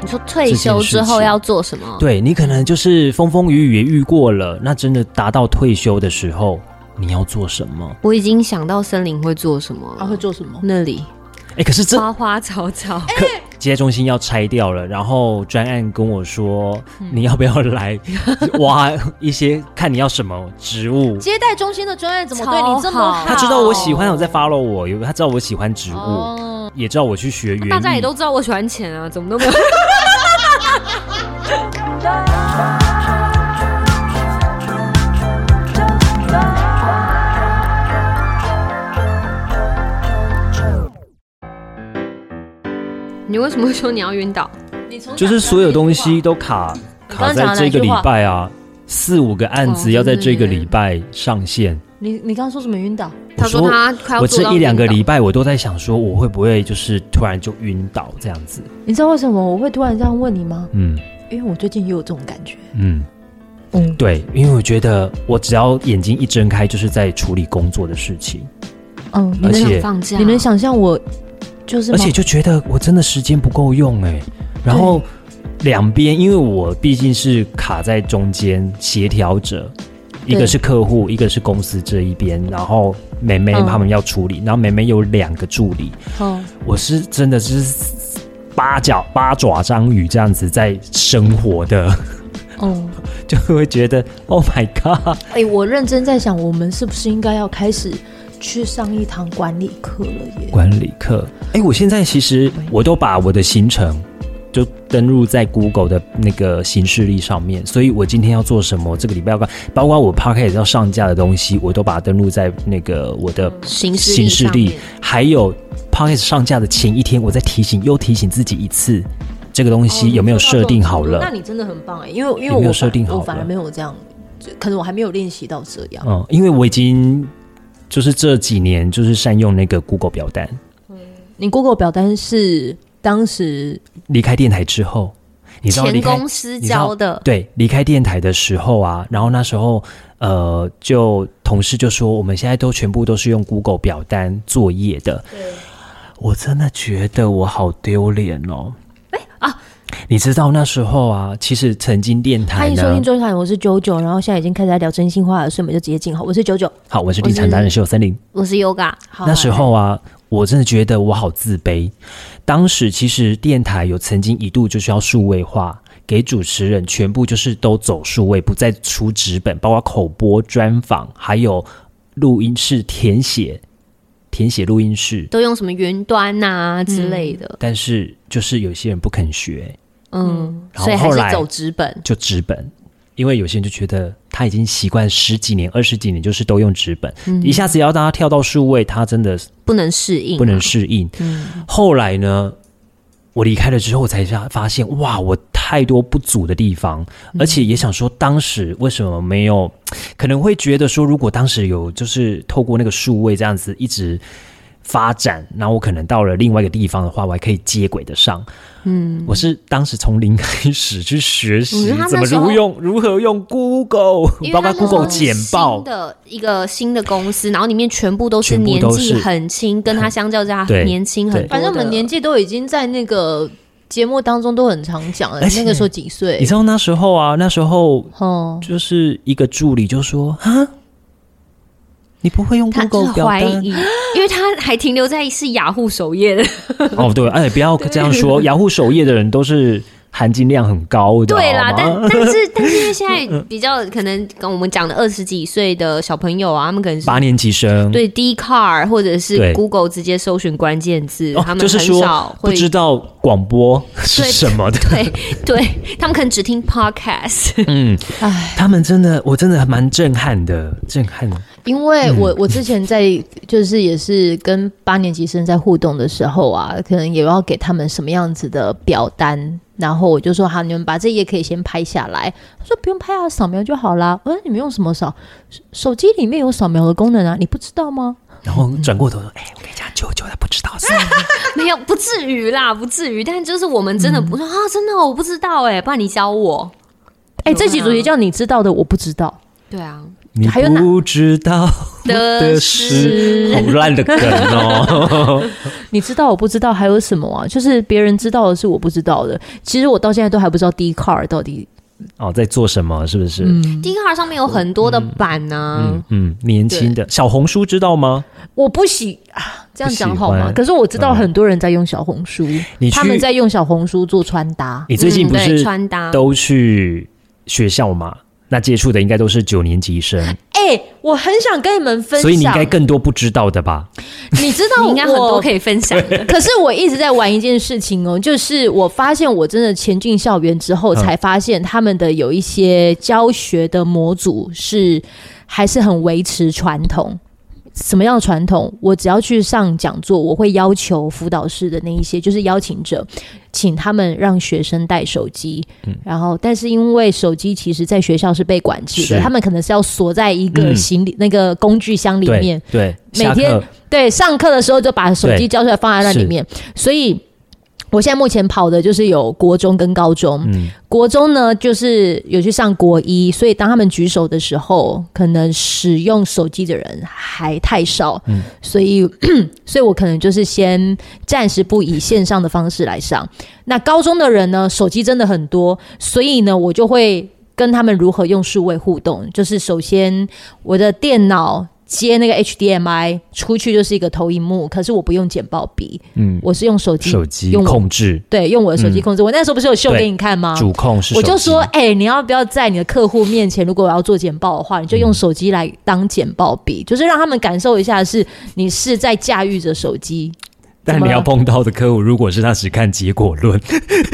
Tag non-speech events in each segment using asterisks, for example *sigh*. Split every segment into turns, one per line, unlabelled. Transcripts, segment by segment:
你说退休之后要做什么？
对你可能就是风风雨雨也遇过了，那真的达到退休的时候，你要做什么？
我已经想到森林会做什么了，
啊
他、啊会做什么？
那里
哎，可是这
花花草草，
可接待中心要拆掉了，然后专案跟我说，
嗯
你要不要来挖一些，看你要什么植物？
接待中心的专案怎么对你这么
超
好？
好
他知道我喜欢，有在 follow 我，有他知道我喜欢植物，
哦
也知道我去学园艺，
大家也都知道我喜欢钱啊，怎么都没有。 *laughs* 你为什么会说你要晕倒？
你从小
就是所有东西都卡卡
刚刚讲
在这个
的哪一句
礼
话
拜啊，四五个案
哦
子要在这个
真的耶
礼拜上线。
你你刚刚说什么晕倒？
他说
我
他快要
我
做
这
到
一两个
晕倒
礼拜我都在想说，我会不会就是突然就晕倒这样子？
你知道为什么我会突然这样问你吗？
嗯
因为我最近也有这种感觉。
嗯，
嗯，
对，因为我觉得我只要眼睛一睁开，就是在处理工作的事情，
嗯，你
而
能
且
想放假，
你能想象我就是
而
吗
且就觉得我真的时间不够用哎、然后两边，因为我毕竟是卡在中间协调者。一个
对
是客户，一个是公司这一边，然后梅梅
嗯
他们要处理，然后梅梅有两个助理，
嗯
我是真的是八角八爪章鱼这样子在生活的，
嗯，
就会觉得 *laughs* Oh my God！
哎、我认真在想，我们是不是应该要开始去上一堂管理课了耶？
管理课，哎、我现在其实我都把我的行程就登录在 Google 的那个行事历上面，所以我今天要做什么，这个礼拜要干，包括我 p o c k e t 要上架的东西，我都把它登录在那个我的
行事
行事
上
历
面，
还有 p o c k e t 上架的前一天，我再提醒又提醒自己一次，这个东
哦
西有没有设定好了？
那你真的很棒哎，因为因为
有
我
没有
反
设定好
我反
了
而没有这样，就可能我还没有练习到这样。
嗯，因为我已经就是这几年就是善用那个 Google 表单。
你 Google 表单是当时
离开电台之后，你知道离
前
开
公司
你知道
教的，
对离开电台的时候啊，然后那时候呃，就同事就说我们现在都全部都是用 Google 表单作业的。我真的觉得我好丢脸哦。哎啊！你知道那时候啊，其实曾经电台
欢迎收
呢
听，中场，我是九九，然后现在已经开始在聊真心话了，所以我们就直接进好，我是九九。
好，我是地产达人秀森林。
我是 Yoga，
好
那时候啊，我真的觉得我好自卑。当时其实电台有曾经一度就是要数位化，给主持人全部就是都走数位，不再出纸本，包括口播、专访，还有录音室填写、填写录音室。
都用什么云端呐、之类的，
但是就是有些人不肯学，
嗯，
然后
所以还
后来
是走纸本。
就纸本，因为有些人就觉得他已经习惯十几年、二十几年，就是都用纸本，
嗯
一下子要让他跳到数位，他真的
不能适应、啊嗯
不能。适应。后来呢，我离开了之后，我才发发现，哇，我太多不足的地方，
嗯
而且也想说，当时为什么没有？可能会觉得说，如果当时有就是透过那个数位这样子一直。发展，那我可能到了另外一个地方的话，我还可以接轨得上。嗯，我是当时从零开始去学习
嗯他那
怎么
时候
如用如何用 Google，
因为
包括
它那时候
Google 简报
新，的一个新的公司，然后里面全部都是
全部
年
都是
纪很轻，跟他相较之下
对
年轻很多的。
反正我们年纪都已经在那个节目当中都很常讲了，
而且
那个时候几岁
你？知道那时候啊，那时候
哦，
就是一个助理就说啊，你不会用
他就是
Google 表
怀
单
疑，因为他还停留在是雅虎首页的。
*laughs* 哦，对，哎，不要这
*laughs*
样说，雅虎首页的人都是含金量很高的，
对啦，
好
但
吗
但
*laughs*
是但是因为现在
嗯
比较可能跟我们讲的二十几岁的小朋友啊，他们可能是
八年级生，
对 D Car 或者是
嗯对
Google 直接搜寻关键字，
哦，
他们
就是
很少
说不
会
知道广播是
对
什么的，
对对，他们可能只听 Podcast。 *laughs*
*laughs* 嗯，
唉，
他们真的，我真的还蛮震撼的，震撼，
因为我
嗯
我之前在就是也是跟八年级生在互动的时候啊，可能也要给他们什么样子的表单，然后我就说好，你们把这页可以先拍下来。他说不用拍啊，扫描就好啦。我说你们用什么扫？手手机里面有扫描的功能啊，你不知道吗？
然后转过头说，哎、我跟你讲，九九他不知道
*laughs*
是，
没有，不至于啦，不至于。但就是我们真
嗯
的不说、啊，真的哦我不知道哎、不然你教我。
啊
哎、这集主题叫你知道的，我不知道。
对啊，
你
还有哪
不知道
的是
好烂的梗
*laughs*
哦。
你知道我不知道还有什么啊？就是别人知道的是我不知道的。其实我到现在都还不知道 D car 到底，
哦，在做什么？是不是？
嗯，
d 卡上面有很多的版啊呢、
嗯嗯，年轻的小红书知道吗？
我不喜啊，这样讲好
不喜
吗？
欢嗯
可是我知道很多人在用小红书，
你去
他们在用小红书做穿搭。
你最近
嗯
不
对
是
穿
啊
搭
都去学校嘛？那接触的应该都是九年级生，
哎、我很想跟你们分享，
所以你应该更多不知道的吧？
你知道
你应该很多
哦
我
可以分享的。
可是我一直在玩一件事情哦，就是我发现我真的前进校园之后，
嗯
才发现他们的有一些教学的模组是还是很维持传统。什么样的传统？我只要去上讲座，我会要求辅导室的那一些，就是邀请者，请他们让学生带手机。
嗯
然后，但是因为手机其实在学校是被管制的，
是
他们可能是要锁在一个
嗯
行李、那个工具箱里面
对。对，
每
下
天
课
对，上课的时候就把手机
对
交出来放在那里面，所以。我现在目前跑的就是有国中跟高中，
嗯
国中呢就是有去上国一，所以当他们举手的时候，可能使用手机的人还太少，
嗯
所以 *clears throat* 所以我可能就是先暂时不以线上的方式来上。那高中的人呢，手机真的很多，所以呢，我就会跟他们如何用数位互动，就是首先我的电脑。接那个 HDMI 出去就是一个投影幕，可是我不用剪报笔，
嗯，
我是用手机，
手机
用我
控制
对，用我的手机
嗯
控制。我那时候不是有秀
对
给你看吗？
主控是手
我
机，
就说，哎、你要不要在你的客户面前，如果我要做简报的话，你就用手机来当简报笔，就是让他们感受一下是，你是在驾驭着
*laughs*
手机。
但
怎么
你要
了
碰到的客户，如果是他只看结果论， *laughs*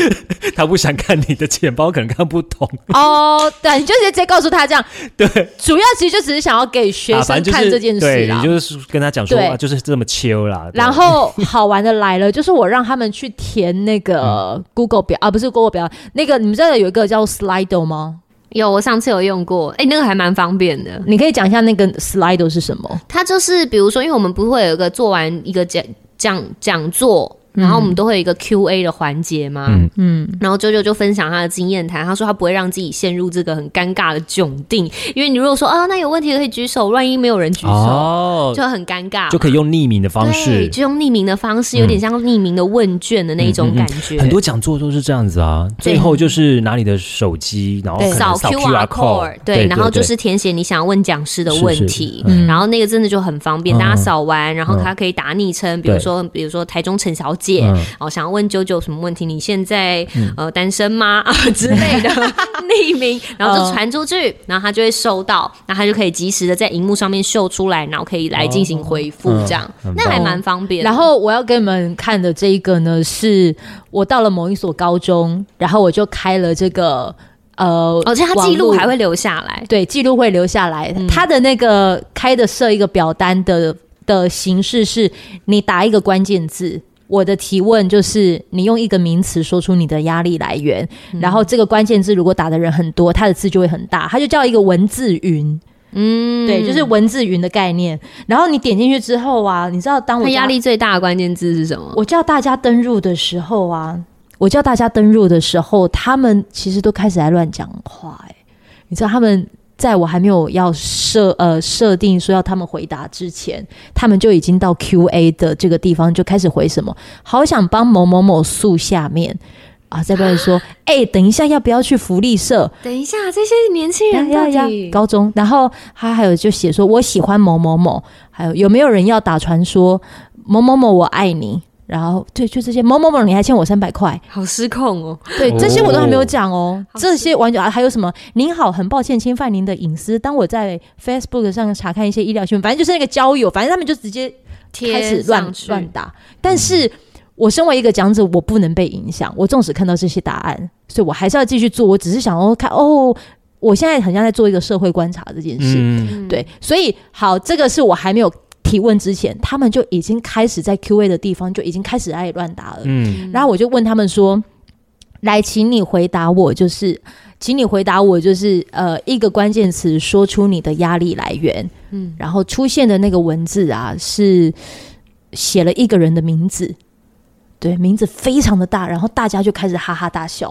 他不想看你的钱包，可能看不懂。
哦，对，你就直接告诉他这样。对，主要其实就只是想要给学
啊，
生
反正就
看
是
这件事
对
啦。
你就是跟他讲说，
对
啊就是这么秋啦。对
然后好玩的来了，就是我让他们去填那
嗯
个 Google 表啊，不是 Google 表，那个你们知道有一个叫 Slido 吗？
*laughs* 有，我上次有用过，哎、那个还蛮方便的。
你可以讲一下那个 Slido 是什么？
它就是比如说，因为我们不会有一个做完一个讲讲讲座，然后我们都会有一个 Q&A 的环节嘛。
嗯
嗯，
然后啾啾就分享他的经验谈，他说他不会让自己陷入这个很尴尬的窘境，因为你如果说啊，那有问题可以举手，万一没有人举手，
哦，
就很尴
啊
尬嘛。
就可以用匿名的方式嗯
对，，就用匿名的方式，有点像匿名的问卷的那一种感觉。
很多讲座都是这样子啊。
对
最后就是拿你的手机，然后哦可
对
能
扫
扫
QR
code，
code，对，然后就是填写你想要问讲师的问题
是，是嗯
然后那个真的就很方便，
嗯
大家扫完，然后
嗯
他可以打昵称，比如说比如说台中陈小姐，
嗯
然后想要问九九什么问题，你现在呃单身吗 *laughs* 啊之类
*laughs*
的匿名，然后就
嗯
传出去，然后他就会收到，那他就可以及时的在荧幕上面秀出来，然后可以来进行回复，
嗯
这样
很
那还蛮方便的。
然后我要给你们看的这一个呢，是我到了某一所高中，然后我就开了这个呃，
而哦且他记录
网络
还会嗯留下来，
对记录会留下来。他的那个开的设一个表单的的形式是，你打一个关键字。我的提问就是，你用一个名词说出你的压力来源，
嗯
然后这个关键字如果打的人很多，它的字就会很大，它就叫一个文字云，
嗯，
对，就是文字云的概念。然后你点进去之后啊，你知道当我
他
家
压力最大的关键字是什么？
我叫大家登入的时候啊，我叫大家登入的时候，他们其实都开始在乱讲话、欸。你知道他们在我还没有要设呃设定说要他们回答之前，他们就已经到 Q&A 的这个地方就开始回什么，好想帮某某某诉下面。啊，在不然说，哎、等一下要不要去福利社？
等一下，这些年轻
哎呀
人到
呀呀
底！
高中，然后他还有就写说我喜欢某某某，还有有没有人要打传说某某某我爱你，然后对，就这些某某某你还欠我三百块，
好失控哦！
对，
哦
这些我都还没有讲哦，
好
这些完全、啊、还有什么？您好，很抱歉侵犯您的隐私，当我在 Facebook 上查看一些医疗新闻，反正就是那个交友，反正他们就直接
贴
开始乱
上去
乱打，但是。我身为一个讲者，我不能被影响。我纵使看到这些答案，所以我还是要继续做。我只是想要看哦，我现在很像在做一个社会观察这件事。
嗯，
嗯
对，所以好，这个是我还没有提问之前，他们就已经开始在 Q&A 的地方就已经开始爱乱答了。
嗯
然后我就问他们说：“来，请你回答我，就是，请你回答我，就是呃，一个关键词，说出你的压力来源。”嗯
嗯，
然后出现的那个文字啊，是写了一个人的名字。对，名字非常的大，然后大家就开始哈哈大笑。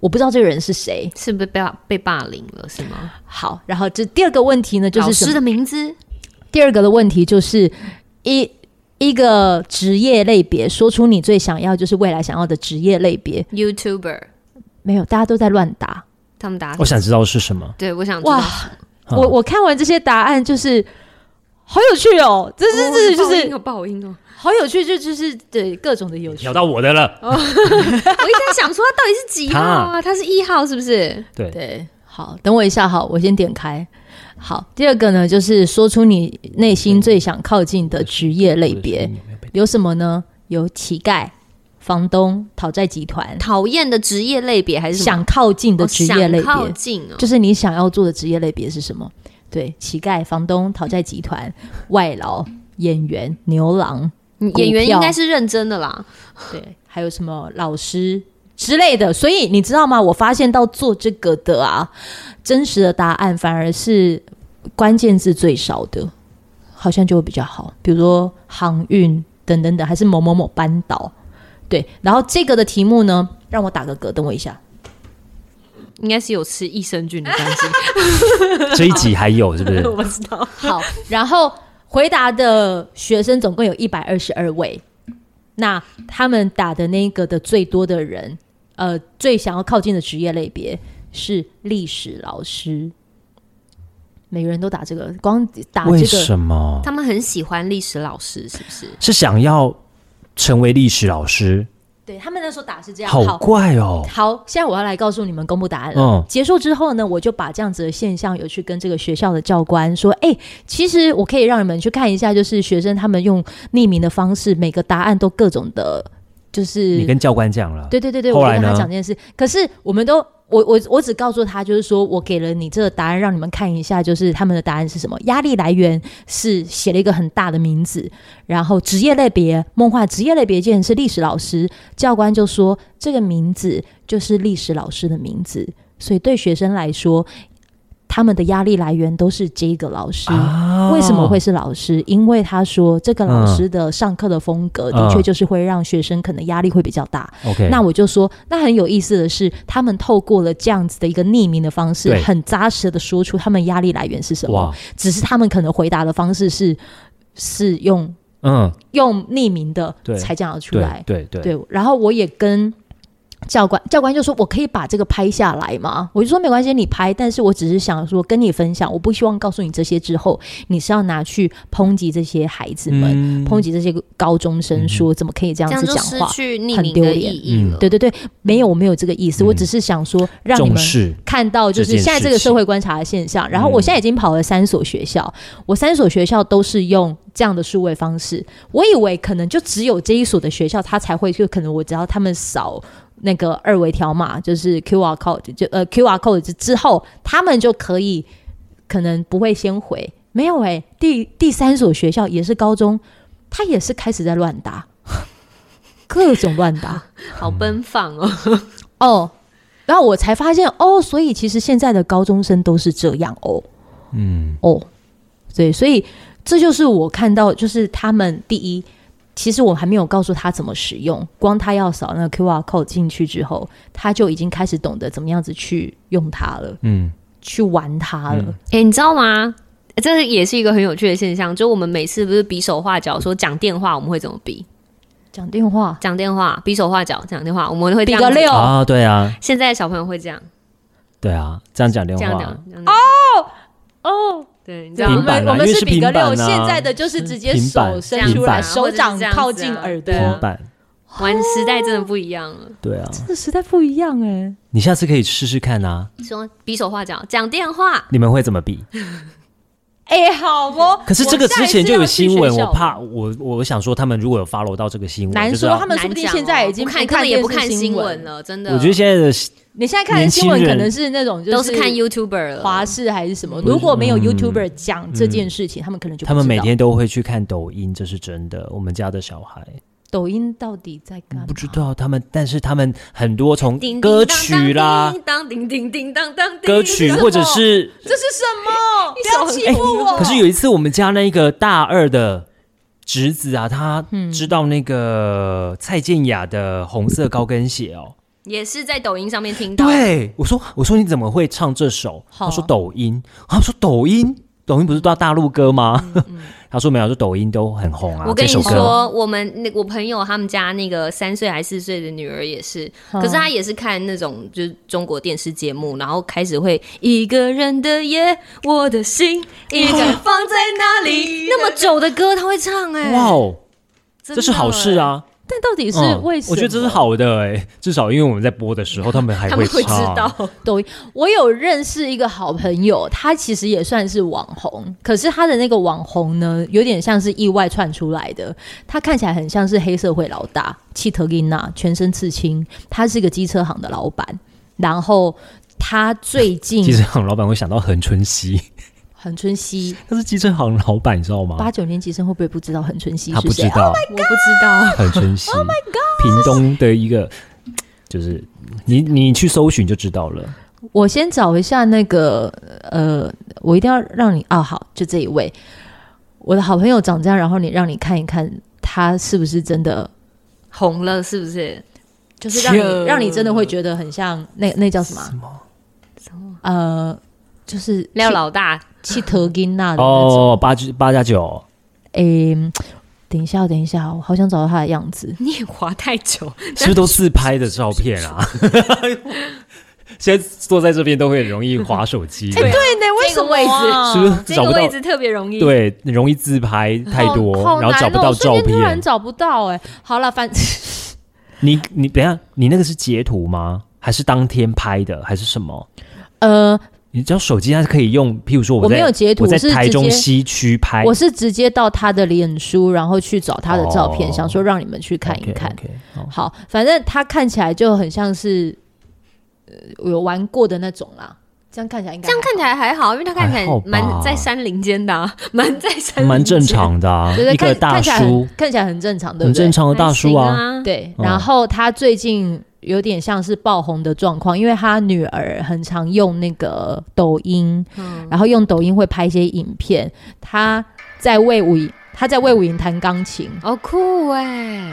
我不知道这个人是谁。
是不是被霸被霸凌了？是吗？
好，然后这第二个问题呢，就
老
是什
师
么
的名字
第二个的问题就是一一个职业类别，说出你最想要，就是未来想要的职业类别。
，YouTuber，
没有，大家都在乱答。
他们打什么
我想知道是什么。
对，我想知道
哦
哦
哇，
啊
嗯
我我看完这些答案，就是好有趣哦，这是这是就
哦
是
有报应哦！
好有趣，就就是对各种的有趣
嗯聊。到我的了，
我一直在想说他到底是几号啊？他是一号是不是？
对，
对，好，等我一下，好，我先点开。好，第二个呢，就是说出你内心最想靠近的职业类别，有什么呢？有乞丐、房东、讨债集团，
讨厌的职业类别还是什么
想靠近的
哦
职业类
想靠
别，
近哦，
就是你想要做的职业类别是什么？对，乞丐、房东、讨债集团、外劳、演员、牛郎，股
嗯演员应
票
该是认真的啦。
对，还有什么老师之类的。所以你知道吗？我发现到做这个的啊，真实的答案反而是关键字最少的，好像就会比较好。比如说航运等等等，还是某某某班导。对，然后这个的题目呢，让我打个嗝，等我一下。
应该是有吃益生菌的关
*laughs*
系，
*laughs* 这一集还有是不是？
*laughs* 不知道。
好，然后回答的学生总共有一百二十二位，那他们打的那个的最多的人，呃，最想要靠近的职业类别是历史老师。每个人都打这个，光打
为
这个
什么？
他们很喜欢历史老师，是不是？
是想要成为历史老师，
对他们那时候打是这样。
好
好，
怪哦。
好，现在我要来告诉你们公布答案了。
嗯
结束之后呢，我就把这样子的现象有去跟这个学校的教官说，哎、其实我可以让你们去看一下，就是学生他们用匿名的方式，每个答案都各种的，就
你
是
跟教官讲了，
对对对对，
后
我就
来
跟他
呢
讲这件事。可是我们都，我我我只告诉他，就是说我给了你这个答案，让你们看一下，就是他们的答案是什么。压力来源是写了一个很大的名字，然后职业类别，梦幻职业类别竟然是历史老师。教官就说这个名字就是历史老师的名字，所以对学生来说。他们的压力来源都是这个老师，
啊
为什么会是老师？因为他说这个老
嗯
师的上课的风格
嗯
的确就是会让学生可能压力会比较大，
OK？
那我就说，那很有意思的是，他们透过了这样子的一个匿名的方式
对，
很扎实的说出他们压力来源是什么
哇。，
只是他们可能回答的方式是是用
嗯，
用匿名的
对
才讲得出
对
来。
对对，
对，然后我也跟教官，教官就说我可以把这个拍下来吗？我就说没关系，你拍，但是我只是想说跟你分享，我不希望告诉你这些之后，你是要拿去抨击这些孩子们，
嗯
抨击这些高中生，说怎么可以这
这
样
样
子
就
讲
失
话。
去匿
很
名
丢
的意
脸
义
嗯
了。
对对对，没有，我没有这个意思，
嗯
我只是想说让你
重
们
视
看到，就
这件
是
事
现在这个社会观察的现象。然后我现在已经跑了三所学校，
嗯
我三所学校都是用这样的数位方式。我以为可能就只有这一所的学校，它才会就可能我只要他们扫。那个二维条码就是 Q R code，就呃 Q R code 之后，他们就可以可能不会先回。没有诶、第第三所学校也是高中，他也是开始在乱打，各种乱打。
好奔放 *laughs* 哦！
哦，然后我才发现哦，所以其实现在的高中生都是这样哦
嗯，
哦，对，所以这就是我看到，就是他们第一，其实我还没有告诉他怎么使用，光他要扫那个 QR code 进去之后，他就已经开始懂得怎么样子去用它了，
嗯，
去玩它了。
哎、你知道吗？这也是一个很有趣的现象，就我们每次不是比手画脚说讲电话，我们会怎么比？
讲电话，
讲电话，比手画脚，讲电话，我们会这
比
样
个
子
六
啊，对啊，
现在的小朋友会这样，
对啊，这样讲电
这样
话
讲，这样哦
哦，
对，你知
对，
道
我
平
吗？
板
们
啊
我们
因为是
是比个
平板
六，
啊
现在的就是直接
平板
手伸出
平板
来，手掌靠近耳朵
对，啊
平板，
玩时代真的不一样了。
对啊，
这时代不一样哎、
你下次可以试试看啊，
说比手画脚，讲电话，
你们会怎么比？
哎、好哦。
可是这个
我下
之
一次
前就有
要去
新闻，
学校
我怕我我想说他们如果有 follow 到这个新闻，
难
就知
说
道
他们说
难
不定
讲
现在已
哦
经
不看，
不
根
看
本也不
电视
看
新
新
闻
闻了，真的。
我觉得现在的
你现在看的新闻
年轻
可
人
能是那种就
都是看 YouTuber 了，
华视还是什么，
是
如果没有
嗯
YouTuber 讲这件事情，他们可能就不
他们
知
每
道
天都会去看抖音，这是真的。我们家的小孩
抖音到底在干嘛？
不知道他们，但是他们很多从
叮叮
歌曲啦、
当叮叮叮当当叮
歌曲
当哦
或者是
这是什么？
一首
不要欺负我！
可是有一次我们家那个大二的侄子啊，他
嗯
知道那个蔡健雅的红色高跟鞋哦。
也是在抖音上面听到。，
对，我说我说你怎么会唱这首？
好
他说抖音，他说抖音，抖音不是到大陆歌吗？ *laughs* 他说没有，说抖音都很红啊。
嗯我跟你
这首歌
说，我们那我朋友他们家那个三岁还四岁的女儿也是，
嗯
可是她也是看那种就是中国电视节目，然后开始会一个人的夜，我的心一个人放在哪
*laughs*
里？那么久的歌她会唱哎、
哇哦，
真的
这是好事啊！
但到底是
嗯
为什么？
我觉得这是好的哎、至少因为我们在播
*laughs*
的时候，他们还
哎， *laughs* 他们会
唱。
知道。
抖音，我有认识一个好朋友，他其实也算是网红，可是他的那个网红呢，有点像是意外窜出来的。他看起来很像是黑社会老大，契特琳娜，全身刺青，他是一个机车行的老板，然后。他最
其
近
实行老板会想到恒春熙，
恒春熙
他是机车行老板，你知道吗
八？九年级生会不会不知道恒春熙
哦他
是
不知
谁？啊
道
Oh
我不知道，
恒春熙，屏东的一个，就是你你去搜寻就知道了。
我先找一下那个呃，我一定要让你哦，好，就这一位，我的好朋友长这样，然后你让你看一看他是不是真的，
红了是不是？
就是让你
切
让你真的会觉得很像那那叫什么啊呃，就是
廖老大
气头金娜的那种。
哦，八九八加九，
诶、嗯等一下哦，等一下哦，我好想找到他的样子。
你也滑太
*laughs*
久，
是不是都自拍的照片啊？
*laughs*
现在坐在这边都会很容易划手机，
哎
对
对，
呢，为
这啊个位置
是不是
这
找
个
不到
位？置特别容易？
对，容易自拍太多
好好，
然后
难
找不
哦
到
我
照
瞬间突然
片。
找不到哎、好了，反
你你等一下，你那个是截图吗？还是当天拍的？还是什么？
呃，
你知道手机它是可以用，譬如说
我
在
没有截图
我在
我是直
台中
接
西区拍，
我是直接到他的脸书，然后去找他的照片，
哦
想说让你们去看一看。
OK，OK，好
好，反正他看起来就很像是呃有玩过的那种啦，这样看起来应该
这样看起来还好，因为他看起来
还好吧
蛮在山林间的、啊，蛮在山林间
蛮正，常的啊，
还好 *laughs* 对
一
对，
个
看
大
看起来
叔
很，看起来很正常，对
很
不对
正？常的大叔啊。
还行啊。
对，
嗯
然后他最近有点像是爆红的状况，因为他女儿很常用那个抖音，
嗯
然后用抖音会拍一些影片，他在魏武营，他在魏武营弹钢琴。
好酷哎、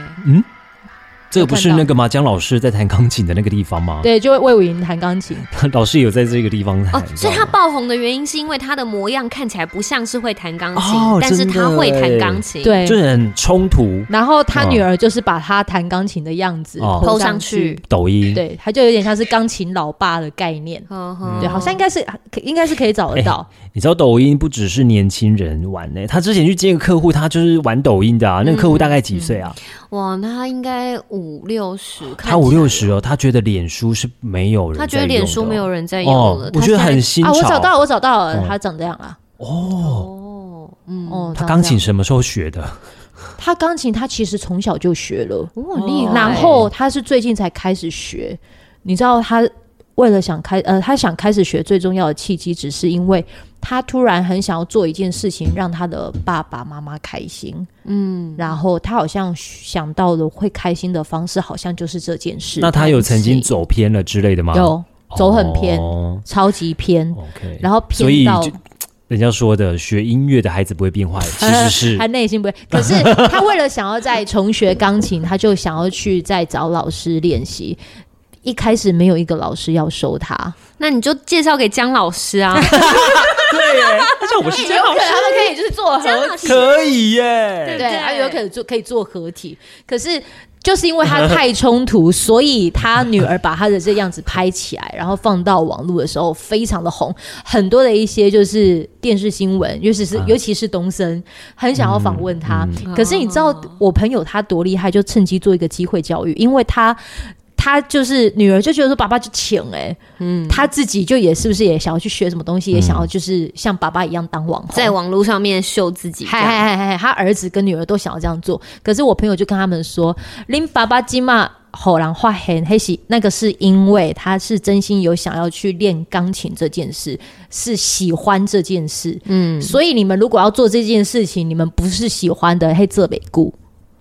这个不是那个吗？姜老师在弹钢琴的那个地方吗？
对，就魏武营弹钢琴，
*laughs* 老师有在这个地方弹
哦，，所以
你知
他
道吗
爆红的原因是因为他的模样看起来不像是会弹钢琴，
哦
但是他会弹
真的
钢琴，，
对，
就是很冲突。
然后他女儿就是把他弹钢琴的样子
哦
po
抛
上
上去，，
抖音，
对，他就有点像是钢琴老爸的概念，
呵呵
对，好像应该是应该是可以找得到，
你知道抖音不只是年轻人玩呢、他之前去见个客户，他就是玩抖音
嗯
的啊。那个客户大概几岁啊？
哇，那他应该五六十，看起来
他五六，十哦，他觉得脸书是没有人在
他
用的，
觉得脸书没有人在用了，
哦，我觉得很新
啊，
潮。
我找到了，我找到了
嗯，
他长这样啊啦。
哦，
哦，嗯，
哦，
他
长
钢
这样
琴什么时候学的？
他钢琴他其实从小就学了，
哦很厉害
然后他是最近才开始学。你知道他为了想开呃，他想开始学最重要的契机，只是因为他突然很想要做一件事情，让他的爸爸妈妈开心。嗯，然后他好像想到了会开心的方式，好像就是这件事。
那他有曾经
弹琴
走偏了之类的吗？
有走很偏，
哦
超级偏，
OK，
然后
所以
偏到
就。人家说的，学音乐的孩子不会变坏，其
*laughs*
实是 *laughs*
他内心不会。可是他为了想要再重学钢琴，他就想要去再找老师练习。一开始没有一个老师要收他，
那你就介绍给姜老师
*laughs*
啊，
对耶，而且我
哎
是
有可能他们可以就是做合体，
可以耶，
对
对，
对
他有可能做可以做合体。可是就是因为他太冲突，所以他女儿把他的这样子拍起来，然后放到网络的时候非常的红，很多的一些就是电视新闻，尤其是、
啊
尤其是东森很想要访问他。
嗯
可是你知道
哦
我朋友他多厉害，就趁机做一个机会教育，因为他。他就是女儿就觉得说爸爸就请哎、嗯，他自己就也是不是也想要去学什么东西，也想要就是像爸爸一样当网红，
在网络上面秀自己，
嗨嗨嗨嗨嗨，他儿子跟女儿都想要这样做，可是我朋友就跟他们说，林爸爸金嘛吼狼画黑黑喜，那个是因为他是真心有想要去练钢琴这件事，是喜欢这件事，
嗯，
所以你们如果要做这件事情，你们不是喜欢的黑这北顾。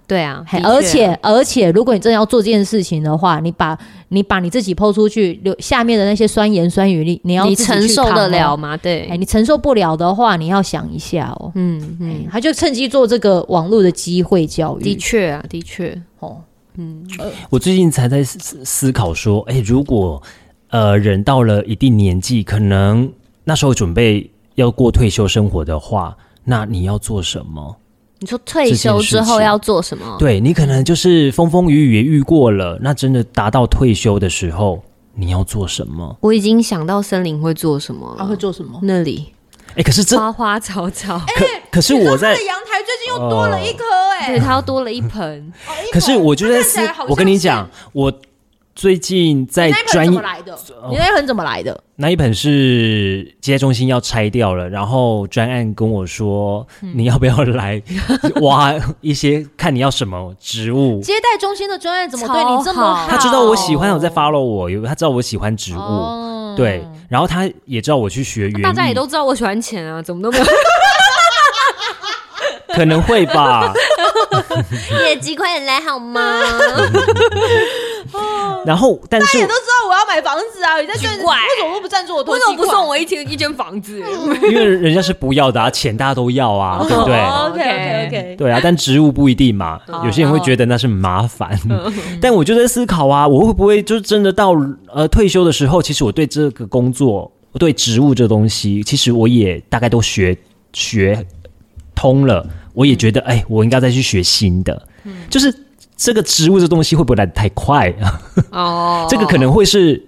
对啊，
嘿
的确
而且而且，如果你真的要做这件事情的话，你把你把你自己抛出去，留下面的那些酸言酸语，你你要
你
自己
承
去
受
扛
得
哦
了。吗？对，
哎，你承受不了的话，你要想一下哦。
嗯
嗯
嗯，，
他就趁机做这个网络的机会教育。
的确啊，的确，
哦，
我最近才在思思思考说，哎、如果呃人到了一定年纪，可能那时候准备要过退休生活的话，那你要做什么？
你说退休之后要做什么？
对你可能就是风风雨雨也遇过了，那真的达到退休的时候，你要做什么？
我已经想到森林会做什么
他哦会
了，
做什么？
那里
哎、可是这
花花草 *laughs* 草，
可可是我在
阳台最近又
多了一
棵
对，它又多了一
*laughs*
盆，
哦
可
啊
是我就在
它看起
思
来好，
我跟你
像是
讲，我最近在
那一盆
专哦
怎么来的？你那一盆怎么来
*laughs*
的？
那一盆是接待中心要拆掉了，然后专案跟我说，
嗯
你要不要来
*laughs*
挖一些，看你要什么植物。
接待中心的专案怎么对你这
超
么好？
好
他知道我喜欢，有在 follow 我，有他知道我喜欢植物，
哦
对，然后他也知道我去学园艺，
大家也都知道我喜欢钱啊，怎么都
*laughs*
没有
可能
*laughs*
会吧。
业绩，快点来好 *laughs* 吗？
然后，但是
也都知道我要买房子啊，你在赚，
怪
为什么都不赞助我？
为什么不送？我一间一间房子？
因为人家是不要的、啊，钱大家都要啊，对不对？
OK OK OK，
对啊，但植物不一定嘛，有些人会觉得那是麻烦。 *laughs* 但我就在思考啊，我会不会就真的到呃退休的时候，其实我对这个工作，我对植物这东西，其实我也大概都学学通了，我也觉得哎、我应该再去学新的，就是这个植物这东西会不会来得太快 *laughs* 啊？
哦，
这个可能会是，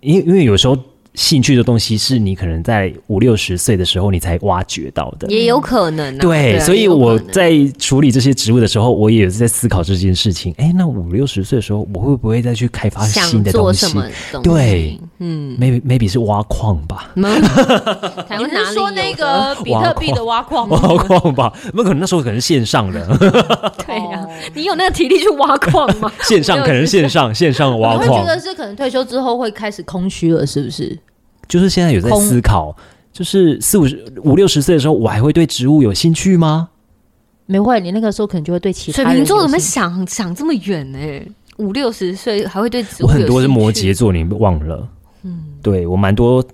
因因为有时候。兴趣的东西是你可能在五六十岁的时候你才挖掘到的，
也有可能啊，
对，
啊
所以
也有可
我
能
在处理这些植物的时候，我也有在思考这件事情。哎，那五六十岁的时候，我会不会再去开发啊新
想
的
做
东
什
西
么东西？
对，
*laughs* 嗯，
？Maybe maybe 是挖矿
*laughs*
吧，
台
你
湾
不
哪里
是说
有
那
的
个比特币的挖矿吗？
挖矿吧，那可能那时候可能线上的，
对呀， *laughs* 你有那个体力去挖矿吗？
线上可能线上线上
我
*laughs* 挖
会觉
矿，
得是可能退休之后会开始空虚了，是不是？
就是现在有在
空
思考，就是四五十五六十岁的时候，我还会对植物有兴趣吗？
没会，你那个时候可能就会对其他
水
人
瓶座
有
怎么
兴趣
想想这么远呢？五六十岁还会对植
我
物有
很多是
兴
摩
趣
羯座，你忘了？嗯，对我蛮多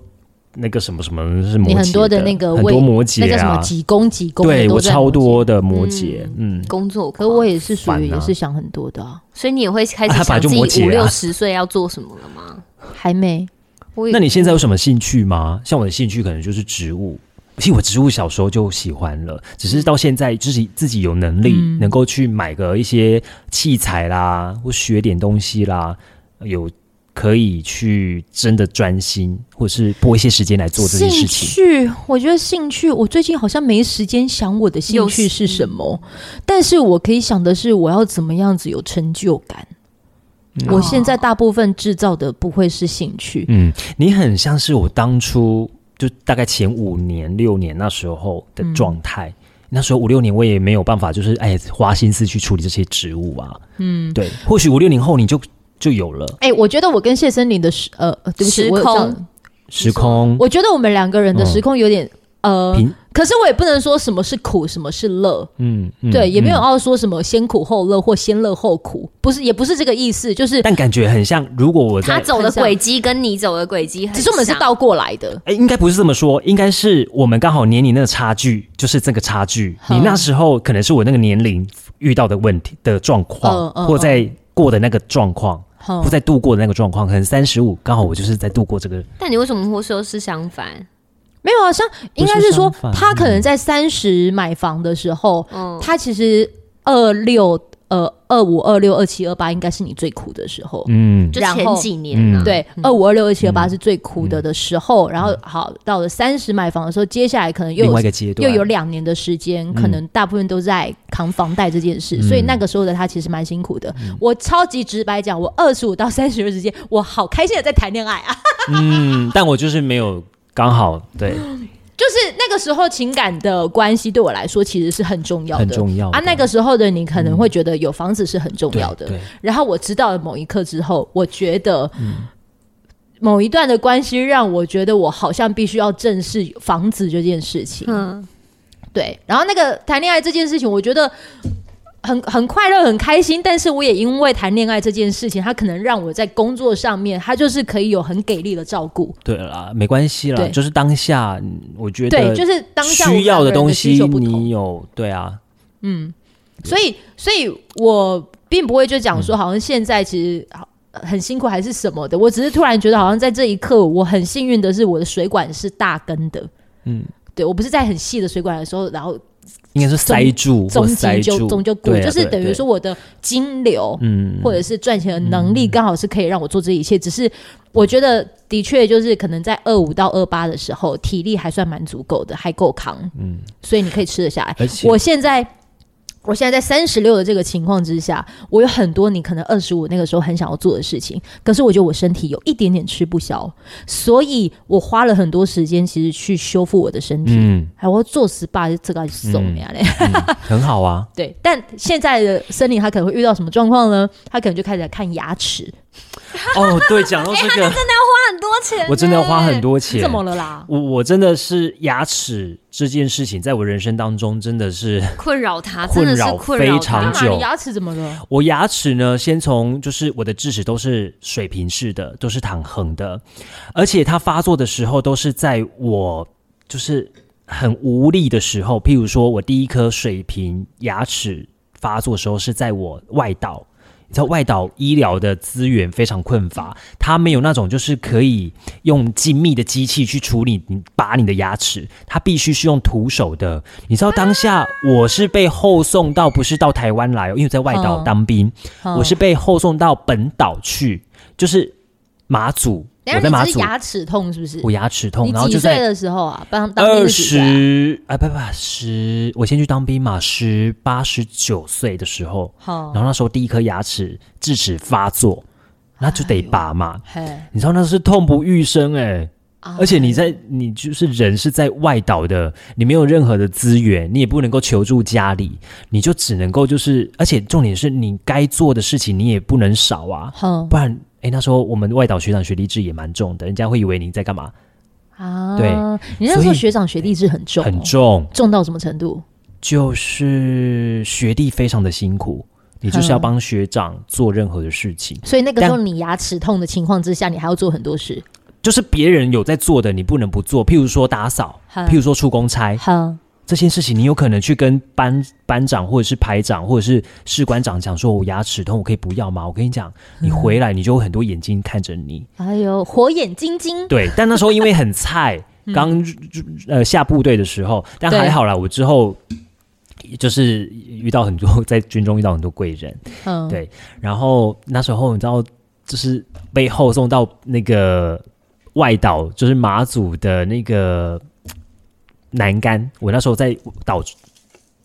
那个什么什么是摩羯
你很多的那个
很
位
多摩
那
羯
叫什么
啊，
几公几公的
对
都
我
在
超
摩羯
多的摩羯，嗯，
工作狂，
可我也是属
烦
于
啊
也是想很多的、啊，
所以你也会开始
啊他本
想
来
自
就
己
摩羯啊
五六十岁要做什么了吗？
还没
我也
那你现在有什么兴趣吗？像我的兴趣可能就是植物，其实我植物小时候就喜欢了，只是到现在自己自己有能力、
嗯
能够去买个一些器材啦，或学点东西啦，有可以去真的专心，或者是拨一些时间来做这件事
兴
情。
趣，我觉得兴趣，我最近好像没时间想我的兴趣是什么，但是我可以想的是我要怎么样子有成就感。我现在大部分制造的不会是兴趣，
嗯，你很像是我当初就大概前五年六年那时候的状态。那时候五六年我也没有办法，就是哎花心思去处理这些植物啊。嗯，对，或许五六年后你就就有了。
哎、我觉得我跟谢森林的时呃，呃对不起，
时
我有这样
空
时空
我觉得我们两个人的时空有点、呃，
嗯平，
可是我也不能说什么是苦，什么是乐，
嗯，嗯
对，也没有
嗯
要说什么先苦后乐或先乐后苦，不是，也不是这个意思，就是
但感觉很像。如果我
他
在，
走的轨迹跟你走的轨迹很像，
只是我们是倒过来的。
哎，应该不是这么说，应该是我们刚好年龄那个差距，就是这个差距。
好
你那时候可能是我那个年龄遇到的问题的状况
嗯，嗯
或在过的那个状况，
好
或在度过的那个状况，可能三十五，刚好我就是在度过这个。
但你为什么会说是相反？
没有啊，像应该是说
相反
他可能在三十买房的时候，
嗯，
他其实二六呃二五二六二七二八应该是你最苦的时候。
嗯，
就
然后
前几年啊，
嗯
对，二五二六二七二八是最苦的的时候，然后好到了三十买房的时候，接下来可能又
另
有
外一个阶
又
段
有两年的时间，可
嗯
能大部分都在扛房贷这件事，所以那个时候的他其实蛮辛苦的。
嗯
我超级直白讲，我二十五到三十岁之间，我好开心的在谈恋爱啊， *laughs*
嗯，但我就是没有刚好对，
嗯就是那个时候情感的关系对我来说其实是很重要的，
很重要
啊。那个时候的你可能会觉得有房子是很重
对
要的，
对，
然后我知道了某一刻之后，我觉得
嗯
某一段的关系让我觉得我好像必须要正视房子这件事情。
嗯，
对，然后那个谈恋爱这件事情，我觉得很很快乐、很开心，但是我也因为谈恋爱这件事情，他可能让我在工作上面，他就是可以有很给力的照顾。
对啦，没关系啦，
对
就是当下，嗯我觉得
对，就是当下我们
需要
两个人的
东
需
西
求不同
你有对啊，
所以，所以我并不会就讲
嗯
说，好像现在其实好很辛苦还是什么的。我只是突然觉得，好像在这一刻，我很幸运的是，我的水管是大根的。
嗯，
对我不是在很细的水管的时候，然后
应该是塞住
中
或塞
级
住，
就中就鼓，
对啊
就是
对
等于
对
说我的金流。
嗯，
或者是赚钱的能力刚好是可以让我做这一切，只是我觉得的确就是可能在二五到二八的时候，体力还算蛮足够的，还够扛，
嗯，
所以你可以吃得下来。
而且
我现在。我现在在三十六的这个情况之下，我有很多你可能二十五那个时候很想要做的事情，可是我觉得我身体有一点点吃不消，所以我花了很多时间其实去修复我的身体，
嗯
还我做 SPA 这个送啊呀嘞。
很好
*laughs*
啊，
对，但现在的森林他可能会遇到什么状况呢？他可能就开始来看牙齿，
哦，对，讲到这
哎
个，
很多钱
我真的要花很多钱，
怎么了啦？
我我真的是牙齿这件事情，在我人生当中真的是，
困扰他，
困
真的
扰
是困扰
非常
他
很
干
久
嘛？啊你牙齿怎么了？
我牙齿呢，先从就是我的智齿都是水平式的，都是躺横的，而且它发作的时候都是在我就是很无力的时候，譬如说我第一颗水平牙齿发作的时候是在我外岛。你知道外岛医疗的资源非常困乏，它没有那种就是可以用精密的机器去处理你拔你的牙齿，它必须是用徒手的。你知道当下我是被后送到不是到台湾来哦，因为我在外岛
嗯
当兵，
嗯
我是被后送到本岛去，就是马祖，
等
我
一下
在马
你只是
祖，
牙齿痛是不是？
我牙齿痛，
你
然后
几
就
岁
在
的时候啊？当当兵
二
是几岁啊
十哎不不十，我先去当兵嘛，十八十九岁的时候，
好
然，后那时候第一颗牙齿智齿发作，那就得拔嘛。
嘿，
你知道那是痛不欲生哎、
啊
而且你在你就是人是在外岛的，你没有任何的资源，你也不能够求助家里，你就只能够就是，而且重点是你该做的事情你也不能少啊，
哼
不然哎那时候我们外岛学长学历制也蛮重的，人家会以为你在干嘛，
啊，
对，
你那时
所
候
以
学长学弟制很重，哦
很，重，
重到什么程度？
就是学弟非常的辛苦，
嗯
你就是要帮学长做任何的事情，
所以那个时候
但
你牙齿痛的情况之下，你还要做很多事。
就是别人有在做的你不能不做，譬如说打扫，
嗯
譬如说出公差，
好，
这件事情，你有可能去跟班班长或者是排长或者是士官长讲说，我牙齿痛，我可以不要吗？我跟你讲，
嗯
你回来你就有很多眼睛看着你。
哎呦，火眼金睛，
对，但那时候因为很
*laughs*
菜，刚入入呃下部队的时候，但
嗯对
还好啦，我之后。就是遇到很多 *laughs* 在军中遇到很多贵人，
嗯，
对然后那时候你知道，就是被后送到那个外岛，就是马祖的那个南竿。我那时候在岛，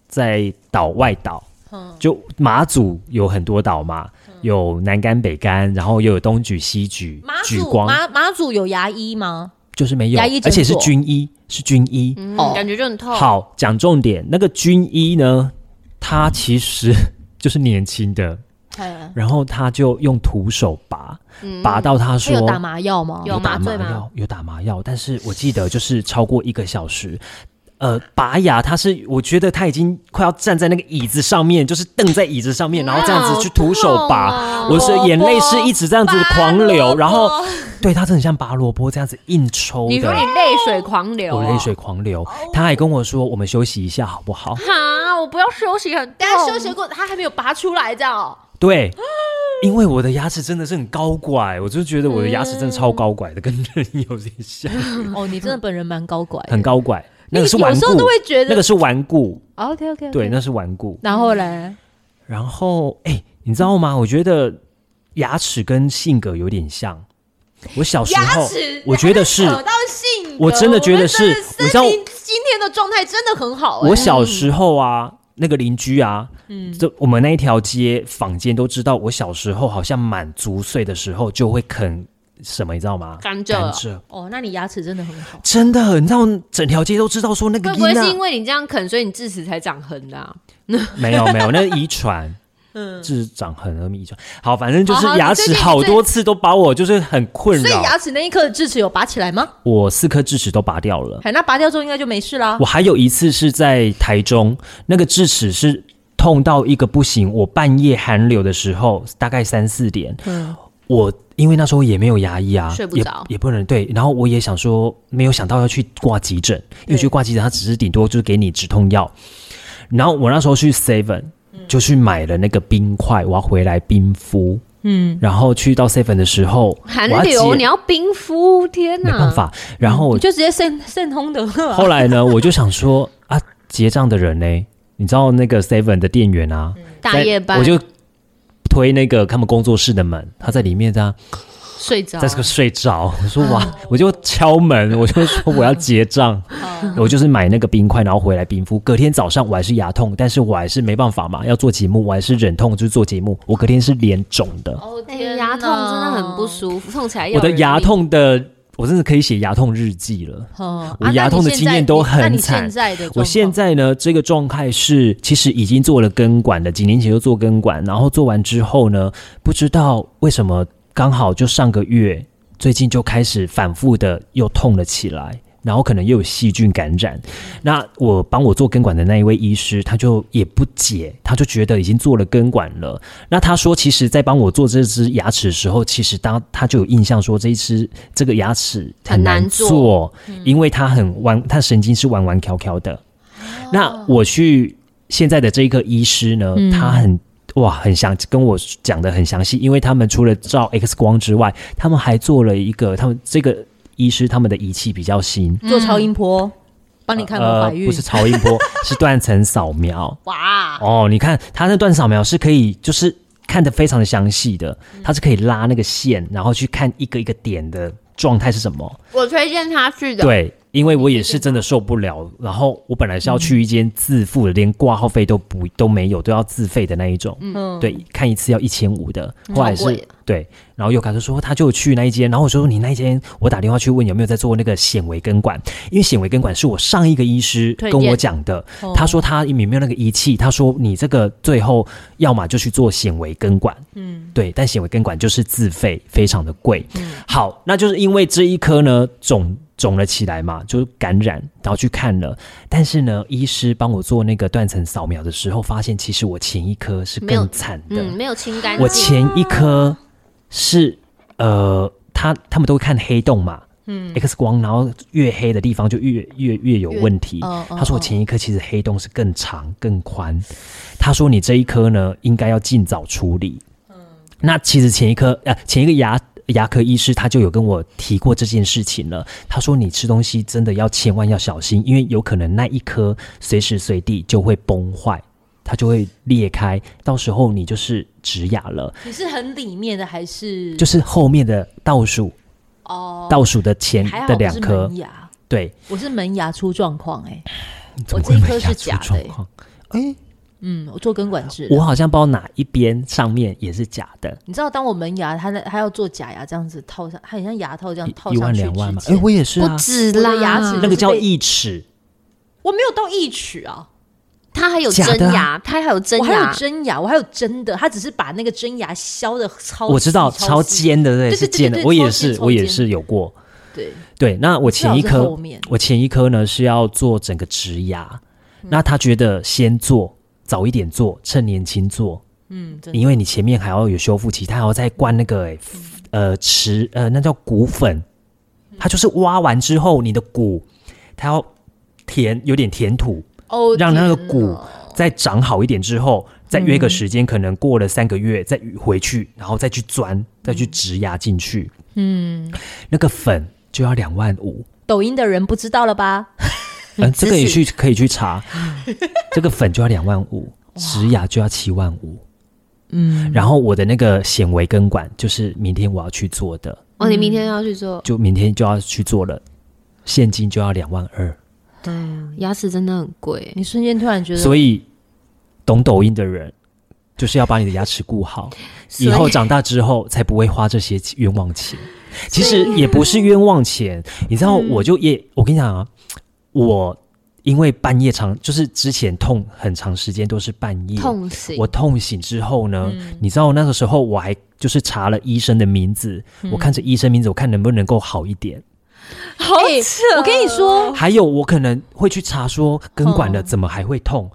在岛外岛，
嗯
就马祖有很多岛嘛，有南竿、北竿，然后又有东莒、西莒
马、
莒
祖
光，
马马祖有牙医吗？
就是没有，
牙医
而
诊
且是
所
军医，是军医。
嗯
哦，
感觉就很痛。，
好，讲重点，那个军医呢，他其实 *laughs* 就是年轻的，
嘿
然后他就用徒手拔，
嗯
拔到他
他
说
有打麻药吗？
有
打
麻
麻
醉吗
药，有打麻药，但是我记得就是超过一个小时。呃，拔牙，他是我觉得他已经快要站在那个椅子上面，就是凳在椅子上面，然后这样子去徒手拔，
好痛哦
我是眼泪是一直这样子狂流，然后
哦
对他真的很像拔萝卜这样子硬抽
你说你
的，
泪水狂流哦，
我泪水狂流。他还跟我说，我们休息一下好不好？
啊哈，我不要休息，很
大家
痛
休息过，他还没有拔出来，这样哦。
对，因为我的牙齿真的是很高拐，我就觉得我的牙齿真的超高拐的，跟人有点像，
哦，你真的本人蛮高拐的，
很高拐。那个是
你有
顽
时
固
候，都会觉得
那个是顽固，
OK OK，
对，那是顽固。
然后嘞，
然后，哎、你知道吗？我觉得牙齿跟性格有点像。我小时
牙
候
齿，，
我觉得是
扯到性格，
我真的觉得是
我们真的
你知道
森林今天的状态真的很好、欸，
我小
嗯
时候啊，那个邻居啊，嗯，这我们那一条街坊间都知道，我小时候好像满足岁的时候就会啃什么，你知道吗？
甘蔗
甘蔗，
哦，那你牙齿真的很好，
真的，你知道整条街都知道说那个啊
会不啊会
伊娜
是因为你这样啃，所以你智齿才长痕的啊？
没有没有，那是遗
*laughs*
传。嗯，是长很容易遗传。好，反正就是
好好
牙
你最
齿
近
好多次都把我就是啊很困
所以
扰。
牙齿那一刻智齿有拔起来吗？
我四颗智齿都拔掉了。
哎，那拔掉之后应该就没事啦
我。还有一次是在台中，那个智齿是痛到一个不行，我半夜寒流的时候，大概三四点，
嗯
我因为那时候也没有牙医啊，
睡不
也
着
也不能对，然后我也想说，没有想到要去挂急诊，因为去挂急诊，他只是顶多就是给你止痛药。然后我那时候去 Seven
嗯
就去买了那个冰块，我要回来冰敷。
嗯，
然后去到 Seven 的时候，
寒
我
流，
要
你
解
要冰敷，天
没
哪，
办法。然后我
就直接肾肾通的了。
*laughs* 后来呢，我就想说啊，结账的人呢？你知道那个 Seven 的店员啊，
嗯大
在
夜班
我就推那个他们工作室的门，他在里面这样
睡着
在，这个睡着。 *laughs* 我
嗯
说哇，我就敲门，我就说我要结账，
嗯
我就是买那个冰块，然后回来冰敷。隔天早上我还是牙痛，但是我还是没办法嘛，要做节目，我还是忍痛就是做节目。我隔天是脸肿的，
哦
哎牙痛真的很不舒服，痛起来要
我的
人
牙
命。
痛的，我真的可以写牙痛日记了。
嗯
哦
啊
我牙痛的经验都很惨我现在呢，这个状态是其实已经做了根管的，几年前就做根管，然后做完之后呢，不知道为什么刚好就上个月，最近就开始反复的又痛了起来。然后可能又有细菌感染，那我帮我做根管的那一位医师，他就也不解，他就觉得已经做了根管了。那他说，其实，在帮我做这只牙齿的时候，其实当他就有印象说，这一只这个牙齿很
很难
难
做
做，因为它很弯，它神经是弯弯翘翘的。那我去现在的这一个医师呢，
嗯
他很哇，很详跟我讲的很详细，因为他们除了照 X 光之外，他们还做了一个，他们这个医师他们的仪器比较新，
做超音波，帮你看过怀
呃，
孕
不是超音
*laughs*
波，是断层扫描。
哇，
哦，你看它那断扫描是可以，就是看得非常的详细的，
嗯
它是可以拉那个线，然后去看一个一个点的状态是什么。
我推荐他去的，
对，因为我也是真的受不了，然后我本来
嗯
是要去一间自付的，连挂号费都不都没有，都要自费的那一种。
嗯，
对，看一次要一千五的，后来
超嗯贵
是对，然后又卡就说他就去那一间，然后我说你那一间，我打电话去问有没有在做那个显微根管，因为显微根管是我上一个医师
推
跟我
荐哦
讲的，他说他有没有那个仪器，他说你这个最后要么就去做显微根管，嗯，对，但显微根管就是自费，非常的贵。好，那就是因为这一颗呢肿肿了起来嘛，就是感染，然后去看了，但是呢，医师帮我做那个断层扫描的时候，发现其实我前一颗是
没有
更惨的，
嗯，没有清干
我
净，
前一颗是呃，他他们都会看黑洞嘛，嗯，X 光，然后越黑的地方就越越越有问题。
哦哦
他说我前一颗其实黑洞是更长更宽，他说你这一颗呢应该要尽早处理。那其实前一颗呃前一个牙牙科医师他就有跟我提过这件事情了。他说你吃东西真的要千万要小心，因为有可能那一颗随时随地就会崩坏，它就会裂开，到时候你就是植牙了，
你是很里面的还是
就是后面的倒数
哦
倒数的前
还好
的
我
两
是
颗
门，牙，
对，
我是门牙出状况哎，
怎么
这一
会
颗
门牙
是
出
假的
状
欸
况
嗯，我做根管治疗，
我好像不知道哪一边上面也是假的，
你知道，当我门牙，他他要做假牙这样子套上，它很像牙套这样
一
嗯套
一
上
万
去
两万嘛
之，
哎、
前
我也是
不
啊，
止
我
啦，
的牙齿
那
就
个
是
叫
被
义齿，
我没有到义齿啊，
它还有
假
真
的啊
牙，它还有真
我还有
牙，
真牙，我还有真的，他只是把那个真牙削的超细，
我知道超
细，
尖的，对，
对对
是
对
尖
对
的，
对
我也
超尖
是，
超
我也
尖
是有过。
对，
对，那我前一
至少是
颗
后面，
我前一颗呢是要做整个植牙，
嗯
那他觉得先做，早一点做，趁年轻做，
嗯，真的，
因为你前面还要有修复期，他还要再灌那个、
嗯
欸呃池呃那叫骨粉，
嗯
它就是挖完之后你的骨，它要填有点填土，
哦
让那个
天
骨
哪
再长好一点之后，再约个时间，可能过了三个月再回去，然后再去钻，再去植牙进去，嗯，那个粉就要两万五。
抖音的人不知道了吧？
嗯，这个也去可以去 *laughs* 查，这个粉就要两万五，植牙就要七万五。嗯，然后我的那个显微根管就是明天我要去做的，
哦，你明天要去做
就明天就要去做了，现金就要两万二。
牙齿，真的很贵。
你瞬间突然觉得，
所以懂抖音的人就是要把你的牙齿顾好，以后长大之后才不会花这些冤
*laughs*
枉钱。其实也不是冤枉钱，你知道，
嗯
我就也、我跟你讲啊，我因为半夜长，就是之前痛很长时间都是半夜
痛醒，嗯
我痛醒之后呢，你知道那个
嗯
时候我还就是查了医生的名字，我看着医生名字，我看能不能够好一点。
好
哎
扯！
我跟你
哦
说，
还有我可能会去查说根管的怎么还会痛，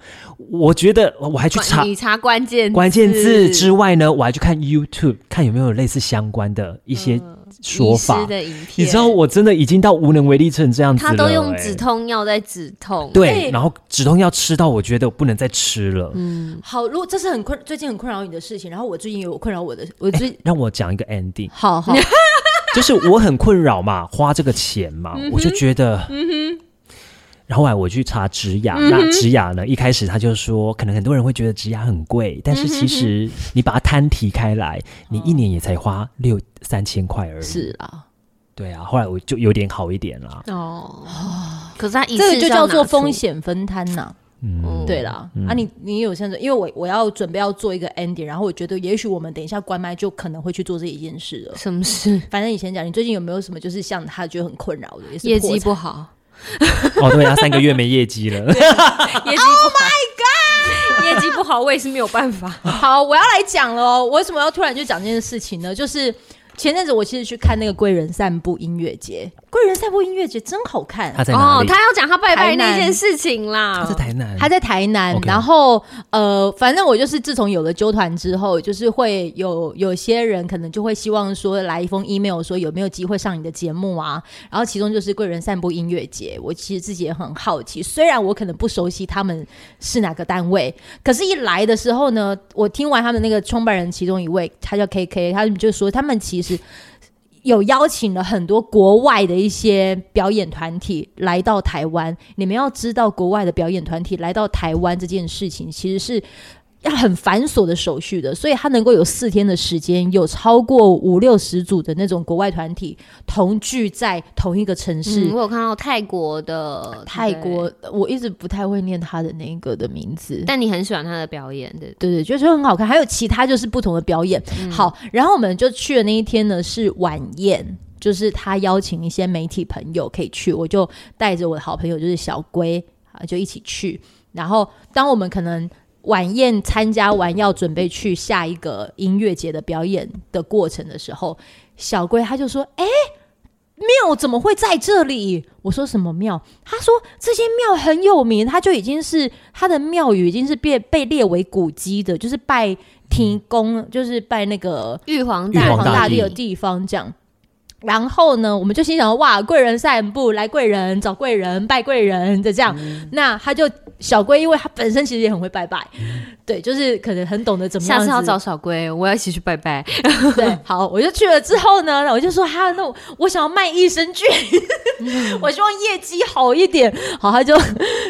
我觉得我还去查
你查哦关键
关键字之外呢，我还去看 YouTube 看有没有类似相关的一些
嗯
说
医
法
师。的影片，
你知道我真的已经到无能为力成这样子了、
他都用
哎
止痛药在止痛，
对，然后止痛药吃到我觉得我不能再吃了。
嗯
好，如果这是很困，最近很困扰你的事情，然后我最近也有困扰我的，我最、
让我讲一个 ending，
好好
就是我很困扰
*laughs*
嘛，花这个钱嘛，
嗯
我就觉得，然后后来我去查植牙，
嗯
那植牙呢，一开始他就说，可能很多人会觉得植牙很贵，但
嗯
是其实你把它摊提开来，你一年也才花
哦
六三千块而已。，
*laughs* 是啊，
对啊，后来我就有点好一点啦。
哦，可是他一次
这个就
要
叫做
拿出
风，险分摊呐、
哦
嗯，
对啦，啊你，你有现在，因为我我要准备要做一个 ending，然后我觉得也许我们等一下关麦就可能会去做这一件事了。
什么事？
反正以前讲，你最近有没有什么就是像他觉得很困扰的， *laughs* 也是
业
破
绩
产
不好，
*laughs*
哦，对啊，三个月没业
*laughs*
绩了。
业绩不好。Oh my god！业绩不好，我也是没有办
*laughs*
法。
好，我要来讲了哦。我为什么要突然就讲这件事情呢？就是前阵子我其实去看那个贵人散步音乐节，贵人散步音乐节真好看啊
他。在哪
哦，
里？
他要讲他拜拜
台南
那件事情啦嗯
他在。台南。
他在台南
OK
然后呃，反正我就是自从有了纠团之后，就是会有有些人可能就会希望说来一封 email 说有没有机会上你的节目啊，然后其中就是贵人散步音乐节，我其实自己也很好奇，虽然我可能不熟悉他们是哪个单位，可是，一来的时候呢，我听完他们那个创办人其中一位，他叫 KK，他们就说他们其实。有邀请了很多国外的一些表演团体来到台湾。你们要知道，国外的表演团体来到台湾这件事情，其实是要很繁琐的手续的，所以他能够有四天的时间，有超过五六十组的那种国外团体同聚在同一个城市。
嗯，我有看到泰国的
泰，
对
国，我一直不太会念他的那个的名字，
但你很喜欢他的表演，对不对？
对对，就是很好看。还有其他就是不同的表演。好，然后我们就去的那一天呢是晚宴。就是他邀请一些媒体朋友可以去，我就带着我的好朋友就是小龟啊，就一起去。然后当我们可能晚宴参加完，要准备去下一个音乐节的表演的过程的时候，小龟他就说：“哎、庙怎么会在这里？”我说：“什么庙？”他说：“这些庙很有名，它就已经是它的庙宇已经是被被列为古迹的，就是拜天公，就是拜那个
玉皇
嗯玉
大
皇
皇
大
大
帝
帝的地方这样。然后呢，我们就心想哇，贵人散步，来贵人，找贵人，拜贵人的这样。
嗯
那他就小龟，因为他本身其实也很会拜拜，
嗯
对，就是可能很懂得怎么样
下
子。
次要找小龟，我要一起去拜拜。
对，好，我就去了之后呢，我就说哈，那我我想要卖益生菌， *laughs* 我希望业绩好一点。好，他就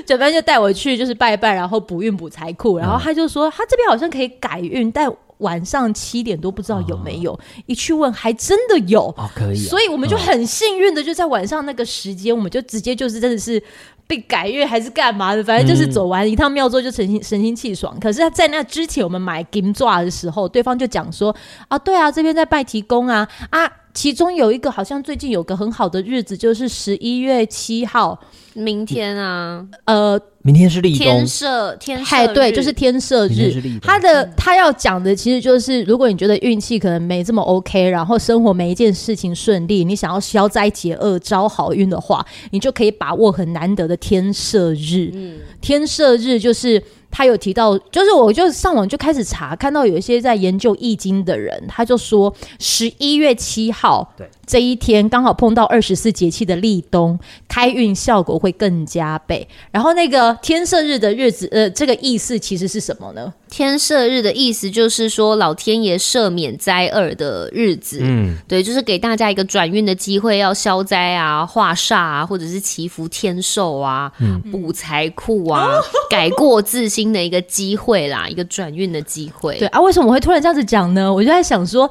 准备就带我去就是拜拜，然后补运补财库，然后他就说他这边好像可以改运，但晚上七点多不知道有没有，一去问还真的有。
哦，可以啊、
所以我们就很幸运的就在晚上那个时间，我们就直接就是真的是被改运还是干嘛的，反正就是走完一趟庙之后就神清神清气爽。可是，在那之前我们买金爪的时候，对方就讲说啊，对啊，这边在拜提公啊啊。其中有一个好像最近有个很好的日子，就是十一月七号，
明天啊，
呃，
明天是立冬
天，赦天
嗨，
赦，
哎对，就是天赦
明天
日
是立。冬
他的他要讲的其实就是，如果你觉得运气可能没这么 OK，然后生活每一件事情顺利，你想要消灾解厄、招好运的话，你就可以把握很难得的天赦日。天赦日就是。他有提到，就是我就上网就开始查，看到有一些在研究易经的人，他就说十一月七号
对
这一天刚好碰到二十四节气的立冬，开运效果会更加倍。然后那个天赦日的日子，呃，这个意思其实是什么呢？
天赦日的意思就是说老天爷赦免灾厄的日子。
嗯，
对，就是给大家一个转运的机会，要消灾啊、化煞啊，或者是祈福天寿啊、
嗯
补财库
*laughs*
啊、改过自新的一个机会啦，一个转运的机会。
对，啊，为什么我会突然这样子讲呢？我就在想说，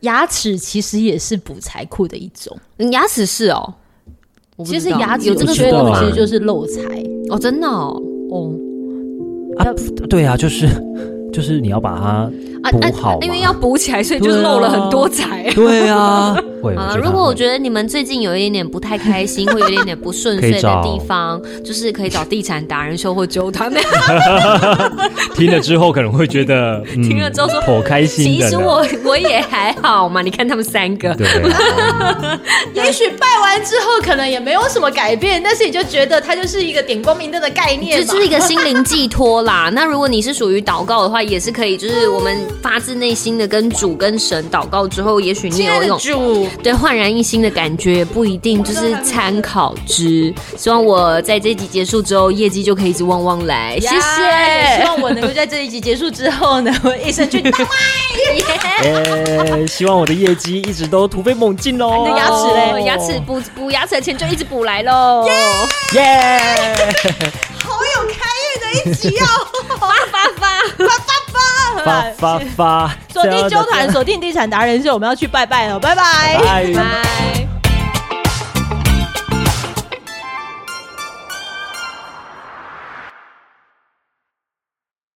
牙齿其实也是补财库的一种。
嗯，牙齿是哦，我不
其实
知道
牙齿
有
有
这
这
个
个
我知道
缺口，
啊
其实就是漏财
哦，真的哦。
哦。
*laughs*
对啊，就是就是你要把它
啊
补好
因为
吗
要补起来，所以
啊
就漏了很多财。
对啊，会。
好了，
觉得
如果
会
我觉得你们最近有一点点不太开心，或有一点点不顺
可以
遂的
找
地方，就是可以找地产达人秀或纠团。
*laughs*
没有
听了之后可能会
*laughs*
觉得，嗯、
听了之后说
颇开心
其
的呢。
实我我也还好嘛，你看他们三个，
对啊，
也许拜完之后可能也没有什么改变，但是你就觉得它就是一个点光明灯的概念
这
嘛，
就是一个心灵寄托啦。那如果你是属于祷告的话，也是可以，就是我们发自内心的跟主跟神祷告之后，也许你
亲爱
有一
的
种
主，
对焕然一新的感觉，也不一定就是参考之。希望我在这集结束之后，业绩就可以一直旺旺来。谢
也希
*laughs* 谢。
望我能够在这一集结束之后呢，我一生去大卖。
*laughs* 耶希望我的业绩一直都突飞猛进
哎
哦。
你的牙齿嘞
牙齿补补牙齿的钱就一直补来喽。
耶
好有开运的一集哦，
发 *laughs* 发
发发发，
锁定纠团，锁定地产达人秀，我们要去拜拜了，拜拜。
拜拜。
拜。